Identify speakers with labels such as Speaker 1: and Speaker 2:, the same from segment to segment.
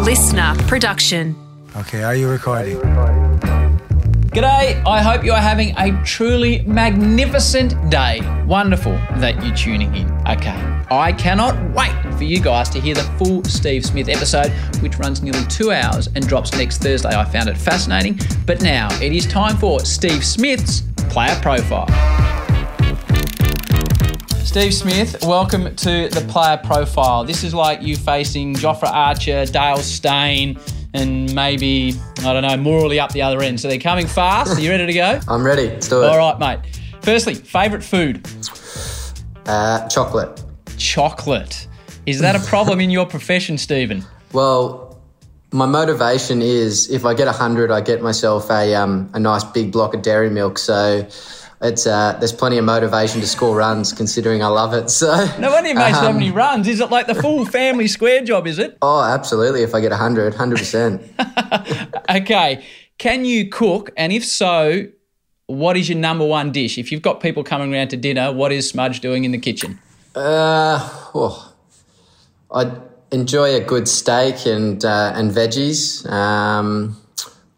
Speaker 1: listener production.
Speaker 2: Okay, are you recording?
Speaker 3: G'day, I hope you are having a truly magnificent day. Wonderful that you're tuning in. Okay, I cannot wait for you guys to hear the full Steve Smith episode, which runs nearly two hours and drops next Thursday. I found it fascinating. But now it is time for Steve Smith's Player Profile. Steve Smith, welcome to the player profile. This is like you facing Jofra Archer, Dale Steyn, and maybe, I don't know, Morley up the other end. So they're coming fast. Are you ready to go?
Speaker 4: I'm ready. Let's do it.
Speaker 3: All right, mate. Firstly, favourite food?
Speaker 4: Uh, chocolate.
Speaker 3: Chocolate. Is that a problem in your profession, Stephen?
Speaker 4: Well, my motivation is if I get hundred, I get myself a um, a nice big block of dairy milk. So it's uh, there's plenty of motivation to score runs, considering I love it. So
Speaker 3: No wonder you made so many
Speaker 4: Um.
Speaker 3: runs. Is it like the full family square job, is it?
Speaker 4: oh, absolutely. If I get 100, 100 percent.
Speaker 3: Okay. Can you cook? And if so, what is your number one dish? If you've got people coming round to dinner, what is Smudge doing in the kitchen?
Speaker 4: Uh, oh, I enjoy a good steak and uh, and veggies. Um,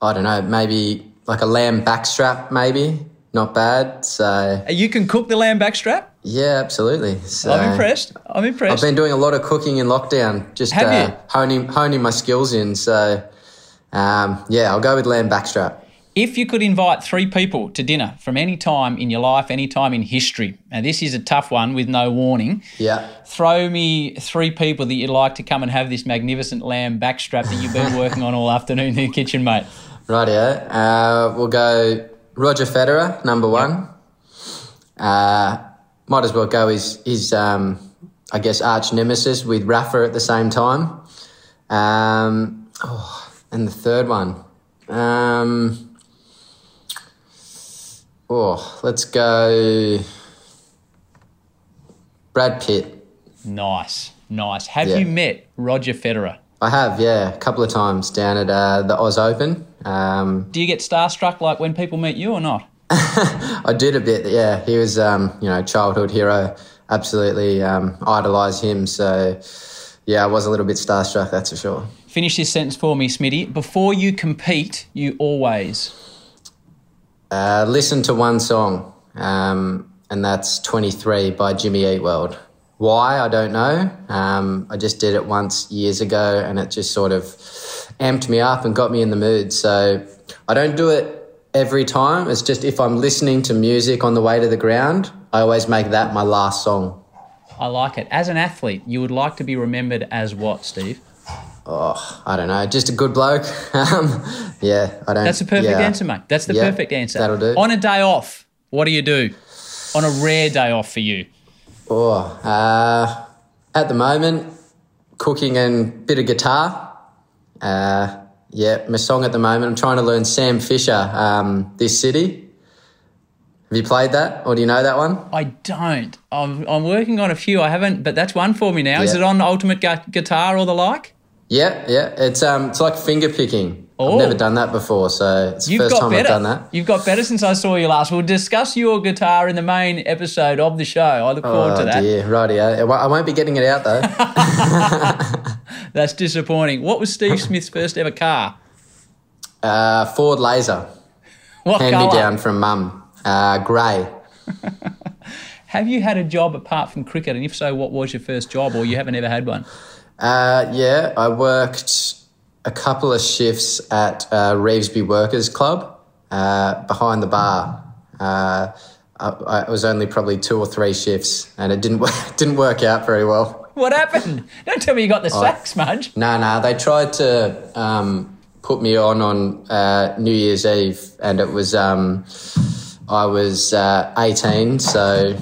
Speaker 4: I don't know, maybe like a lamb backstrap, maybe not bad. So
Speaker 3: Uh, You can cook the lamb backstrap?
Speaker 4: yeah, absolutely. So,
Speaker 3: I'm impressed. I'm impressed.
Speaker 4: I've been doing a lot of cooking in lockdown, just
Speaker 3: Have
Speaker 4: uh,
Speaker 3: you?
Speaker 4: honing honing my skills in. So, um, yeah, I'll go with lamb backstrap.
Speaker 3: If you could invite three people to dinner from any time in your life, any time in history, and this is a tough one with no warning,
Speaker 4: Yeah,
Speaker 3: throw me three people that you'd like to come and have this magnificent lamb backstrap that you've been working on all afternoon in the kitchen, mate.
Speaker 4: rightio. Uh, we'll go Roger Federer number one. Uh, might as well go his his um, I guess arch nemesis with Rafa at the same time. Um, oh, and the third one. Um, oh, let's go. Brad Pitt.
Speaker 3: Nice, nice. Have
Speaker 4: Yeah.
Speaker 3: you met Roger Federer?
Speaker 4: I have, yeah, a couple of times down at uh, the Oz Open. Um,
Speaker 3: Do you get starstruck like when people meet you or not?
Speaker 4: I did a bit, yeah. He was, um, you know, childhood hero. Absolutely um, idolise him. So, yeah, I was a little bit starstruck, that's for sure.
Speaker 3: Finish this sentence for me, Smitty. Before you compete, you always.
Speaker 4: Uh, listen to one song, um, and that's 23 by Jimmy Eat World. Why, I don't know. Um, I just did it once years ago, and it just sort of amped me up and got me in the mood. So I don't do it every time. It's just if I'm listening to music on the way to the ground, I always make that my last song.
Speaker 3: I like it. As an athlete, you would like to be remembered as what, Steve?
Speaker 4: I don't know, just a good bloke. um, yeah, I don't.
Speaker 3: That's the perfect
Speaker 4: yeah.
Speaker 3: answer, mate. That's the
Speaker 4: Yeah,
Speaker 3: perfect answer.
Speaker 4: that'll do.
Speaker 3: On a day off, what do you do? On a rare day off for you.
Speaker 4: Oh, uh, at the moment, cooking and bit of guitar. Uh, yeah, my song at the moment. I'm trying to learn Sam Fisher, um, This City. Have you played that, or do you know that one?
Speaker 3: I don't. I'm, I'm working on a few. I haven't, but that's one for me now. Is
Speaker 4: Yeah.
Speaker 3: it on Ultimate Gu- Guitar or the like?
Speaker 4: Yeah, yeah. It's um, it's like finger picking.
Speaker 3: Oh.
Speaker 4: I've never done that before, so it's the
Speaker 3: You've
Speaker 4: first
Speaker 3: got
Speaker 4: time
Speaker 3: better.
Speaker 4: I've done that.
Speaker 3: You've got better since I saw you last. We'll discuss your guitar in the main episode of the show. I look forward to
Speaker 4: oh
Speaker 3: that.
Speaker 4: dear, rightio. I won't- I won't be getting it out though.
Speaker 3: That's disappointing. What was Steve Smith's first ever car?
Speaker 4: uh, Ford Laser,
Speaker 3: What
Speaker 4: hand
Speaker 3: colour?
Speaker 4: me down from mum. Uh, grey.
Speaker 3: Have you had a job apart from cricket? And if so, what was your first job or you haven't ever had one?
Speaker 4: Uh, yeah, I worked a couple of shifts at uh, Reevesby Workers Club uh, behind the bar. Uh, I, I it was only probably two or three shifts, and it didn't work, didn't work out very well.
Speaker 3: What happened? Don't tell me you got the sack, Smudge.
Speaker 4: No, no, they tried to um, put me on on uh, New Year's Eve, and it was um, I was uh, eighteen, so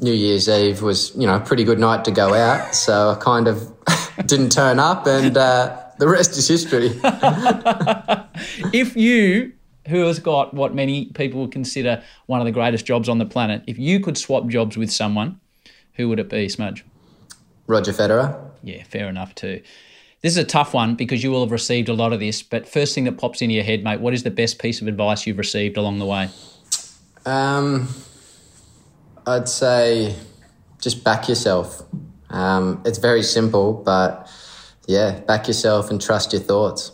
Speaker 4: New Year's Eve was you know a pretty good night to go out. So I kind of didn't turn up, and uh, the rest is history.
Speaker 3: if you who has got what many people would consider one of the greatest jobs on the planet if you could swap jobs with someone who would it be smudge
Speaker 4: Roger Federer.
Speaker 3: yeah fair enough too this is a tough one because you will have received a lot of this but first thing that pops into your head mate what is the best piece of advice you've received along the way
Speaker 4: Um, I'd say just back yourself. Um, it's very simple, but yeah, back yourself and trust your thoughts.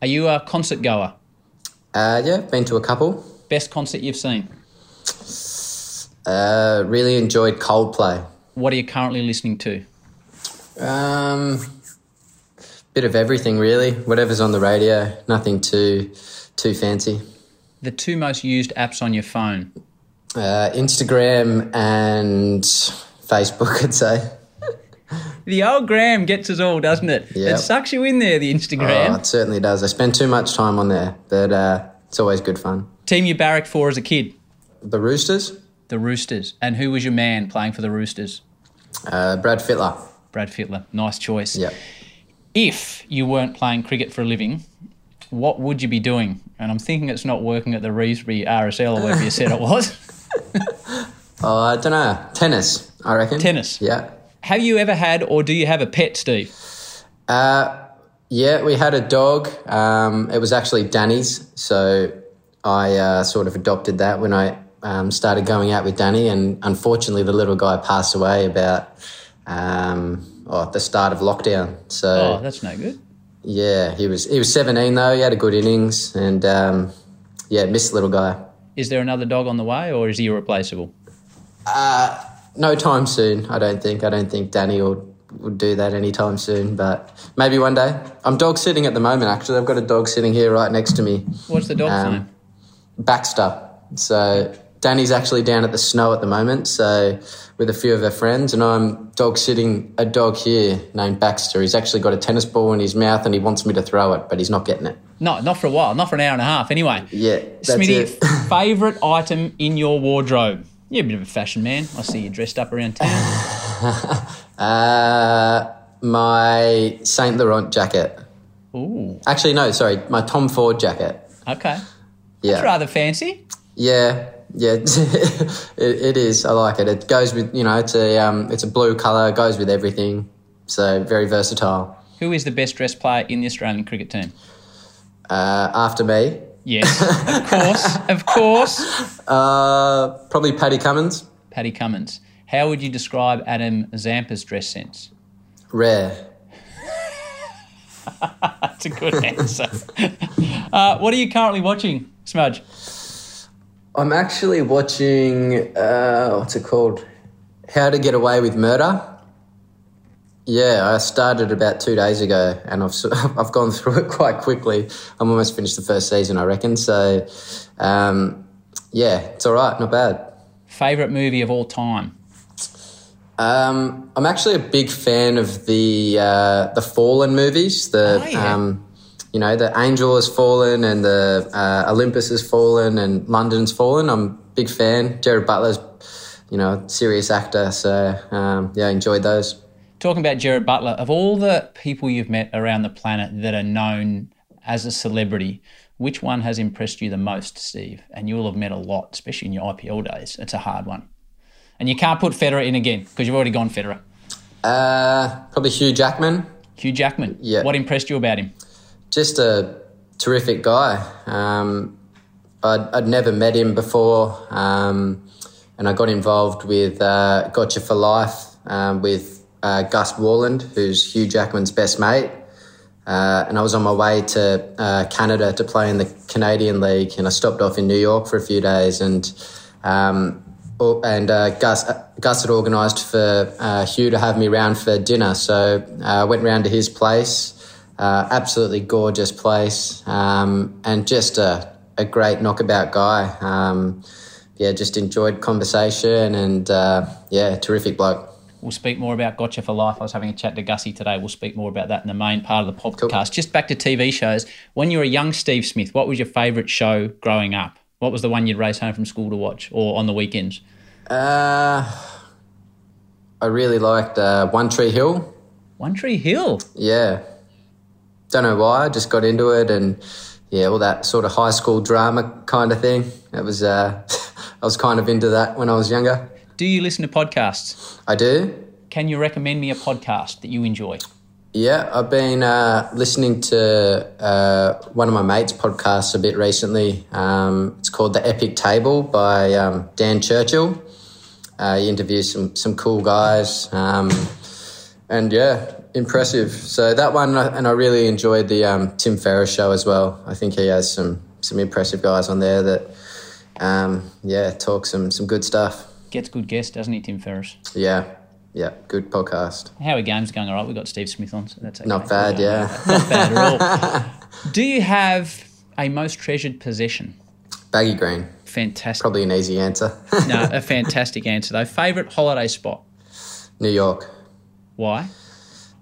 Speaker 3: Are you a concert goer?
Speaker 4: Uh, yeah, been to a couple.
Speaker 3: Best concert you've seen?
Speaker 4: Uh, really enjoyed Coldplay.
Speaker 3: What are you currently listening to?
Speaker 4: Um, bit of everything really. Whatever's on the radio. Nothing too too fancy.
Speaker 3: The two most used apps on your phone.
Speaker 4: Uh, Instagram and Facebook, I'd say.
Speaker 3: The old gram gets us all, doesn't it?
Speaker 4: Yep.
Speaker 3: It sucks you in there, the
Speaker 4: Oh,
Speaker 3: Instagram.
Speaker 4: it certainly does. I spend too much time on there, but uh, it's always good fun.
Speaker 3: Team you barracked for as a kid?
Speaker 4: The Roosters,
Speaker 3: The Roosters. And who was your man playing for the Roosters?
Speaker 4: uh, Brad Fittler.
Speaker 3: Brad Fittler. Nice choice.
Speaker 4: Yeah.
Speaker 3: If you weren't playing cricket for a living, what would you be doing? And I'm thinking it's not working at the Reesby RSL or wherever you said it was.
Speaker 4: Oh, I don't know. Tennis, I reckon.
Speaker 3: Tennis.
Speaker 4: Yeah.
Speaker 3: Have you ever had or do you have a pet, Steve?
Speaker 4: Uh, yeah, we had a dog. Um, it was actually Danny's, so I uh, sort of adopted that when I um, started going out with Danny. And unfortunately, the little guy passed away about um, oh, at the start of lockdown. So
Speaker 3: Oh, that's no good.
Speaker 4: yeah, he was he was 17 though. He had a good innings, and um, yeah, missed the little guy.
Speaker 3: Is there another dog on the way or is he irreplaceable?
Speaker 4: No time soon, I don't think. I don't think Danny will would do that anytime soon, but maybe one day. I'm dog sitting at the moment. Actually, I've got a dog sitting here right next to me.
Speaker 3: What's the dog's
Speaker 4: Um,
Speaker 3: name?
Speaker 4: Baxter. So Danny's actually down at the snow at the moment, so with a few of her friends, and I'm dog sitting a dog here named Baxter. He's actually got a tennis ball in his mouth and he wants me to throw it, but he's not getting it.
Speaker 3: No, not for a while, not for an hour and a half anyway.
Speaker 4: Yeah, that's
Speaker 3: Smitty,
Speaker 4: it.
Speaker 3: favourite item in your wardrobe? You're a bit of a fashion man. I see you dressed up around town.
Speaker 4: Uh, my Saint Laurent jacket.
Speaker 3: Ooh,
Speaker 4: Actually, no, sorry, my Tom Ford jacket.
Speaker 3: okay.
Speaker 4: Yeah,
Speaker 3: That's rather fancy.
Speaker 4: yeah, yeah. it, it is. I like it. It goes with you know, it's a um, it's a blue color, goes with everything. So very versatile.
Speaker 3: Who is the best dressed player in the Australian cricket team?
Speaker 4: Uh, after me,
Speaker 3: Yes, of course, of course.
Speaker 4: Uh, probably Paddy Cummins.
Speaker 3: Paddy Cummins. How would you describe Adam Zampa's dress sense?
Speaker 4: Rare.
Speaker 3: That's a good answer. uh, what are you currently watching, Smudge?
Speaker 4: I'm actually watching. Uh, what's it called? How to Get Away with Murder. Yeah, I started about two days ago, and I've s- I've gone through it quite quickly. I'm almost finished the first season, I reckon. So, um, yeah, it's all right, not bad.
Speaker 3: Favourite movie of all time?
Speaker 4: Um, I'm actually a big fan of the uh, the Fallen movies. The
Speaker 3: Oh, yeah.
Speaker 4: um, you know the Angel has fallen and the uh, Olympus has fallen and London's fallen. I'm a big fan. Jared Butler's you know a serious actor, so um, yeah, I enjoyed those.
Speaker 3: Talking about Jared Butler, of all the people you've met around the planet that are known as a celebrity, which one has impressed you the most, Steve? And you'll have met a lot, especially in your IPL days. It's a hard one. And you can't put Federer in again because you've already gone Federer.
Speaker 4: Uh, probably Hugh Jackman,
Speaker 3: Hugh Jackman.
Speaker 4: Yeah.
Speaker 3: What impressed you about him?
Speaker 4: just a terrific guy. Um, I'd, I'd never met him before, um, and I got involved with uh, Gotcha for Life um, with uh, Gus Warland, who's Hugh Jackman's best mate. Uh, and I was on my way to uh, Canada to play in the Canadian League, and I stopped off in New York for a few days. And um, oh, and uh, Gus Gus had organised for uh, Hugh to have me round for dinner, so uh, I went round to his place. Uh, absolutely gorgeous place, um, and just a, a great knockabout guy. Um, yeah, just enjoyed conversation, and uh, yeah, terrific bloke.
Speaker 3: We'll speak more about Gotcha for Life. I was having a chat to Gussie today. We'll speak more about that in the main part of the podcast. Just back to TV shows. When you were a young Steve Smith, what was your favourite show growing up? What was the one you'd race home from school to watch or on the weekends?
Speaker 4: Uh, I really liked uh, One Tree Hill.
Speaker 3: One Tree Hill.
Speaker 4: Yeah. Don't know why. I just got into it and yeah, all that sort of high school drama kind of thing. It was, uh, I was kind of into that when I was younger.
Speaker 3: Do you listen to podcasts?
Speaker 4: I do.
Speaker 3: Can you recommend me a podcast that you enjoy?
Speaker 4: Yeah, I've been uh, listening to uh, one of my mates' podcasts a bit recently. Um, it's called The Epic Table by um, Dan Churchill. Uh, he interviews some, some cool guys. Um, and yeah, impressive. So that one, uh, and I really enjoyed the um, Tim Ferriss show as well. I think he has some some impressive guys on there that, um, yeah, talk some some good stuff.
Speaker 3: Gets good guests, doesn't he, Tim Ferriss?
Speaker 4: Yeah, yeah, good podcast.
Speaker 3: How are games going? All right, we've got Steve Smith on, so that's okay.
Speaker 4: Not bad,
Speaker 3: We don't
Speaker 4: yeah.
Speaker 3: know that. Not bad at all. Do you have a most treasured possession?
Speaker 4: Baggy green,
Speaker 3: Fantastic.
Speaker 4: probably an easy answer.
Speaker 3: No, a fantastic answer though. Favorite holiday spot?
Speaker 4: New York,
Speaker 3: Why?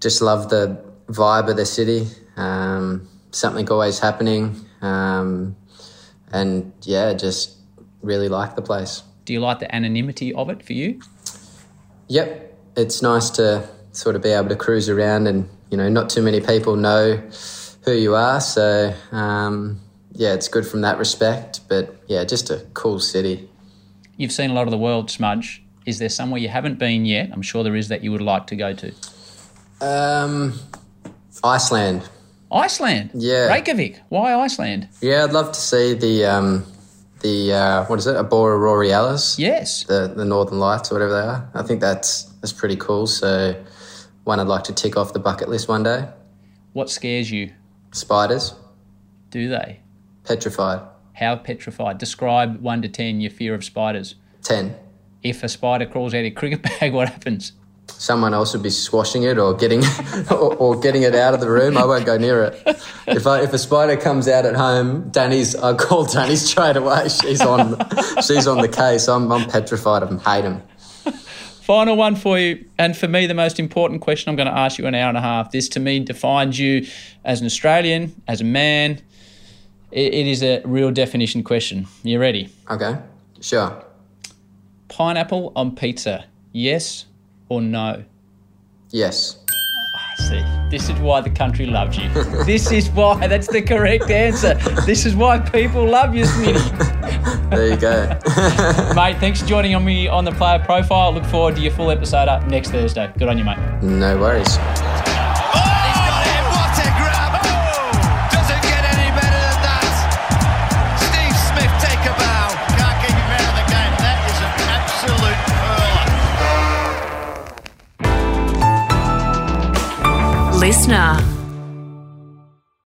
Speaker 4: just love the vibe of the city. Um, something always happening, um, and yeah, just really like the place.
Speaker 3: Do you like the anonymity of it for you?
Speaker 4: Yep, it's nice to sort of be able to cruise around, and you know, not too many people know who you are. So um, yeah, it's good from that respect. But yeah, just a cool city.
Speaker 3: You've seen a lot of the world, Smudge. Is there somewhere you haven't been yet? I'm sure there is that you would like to go to.
Speaker 4: Um, Iceland.
Speaker 3: Iceland.
Speaker 4: Yeah.
Speaker 3: Reykjavik. Why Iceland?
Speaker 4: Yeah, I'd love to see the um, the uh, what is it, Abora Rorealis?
Speaker 3: Yes.
Speaker 4: the, the Northern Lights or whatever they are. I think that's that's pretty cool. So one I'd like to tick off the bucket list one day.
Speaker 3: What scares you?
Speaker 4: Spiders,
Speaker 3: Do they?
Speaker 4: petrified,
Speaker 3: How petrified? Describe one to ten your fear of spiders.
Speaker 4: ten.
Speaker 3: If a spider crawls out of your cricket bag, what happens?
Speaker 4: Someone else would be squashing it or getting or, or getting it out of the room. I won't go near it. If I, if a spider comes out at home, Danny's I call Danny straight away. She's on she's on the case. I'm I'm petrified of them. Hate them.
Speaker 3: Final one for you, and for me, the most important question I'm going to ask you an hour and a half. This to me defines you as an Australian, as a man. It, it is a real definition question. You ready?
Speaker 4: Okay, sure.
Speaker 3: Pineapple on pizza, yes or no?
Speaker 4: Yes.
Speaker 3: See, this is why the country loves you. this is why that's the correct answer. This is why people love you, Smitty.
Speaker 4: There you go.
Speaker 3: mate, thanks for joining on me on the player profile. Look forward to your full episode up next Thursday. Good on you, mate.
Speaker 4: no worries.
Speaker 1: He's got it. Oh! What a grab. Doesn't get any better than that. Steve Smith, take a bow. Can't keep him out of the game. That is an absolute pearler.
Speaker 2: Listener.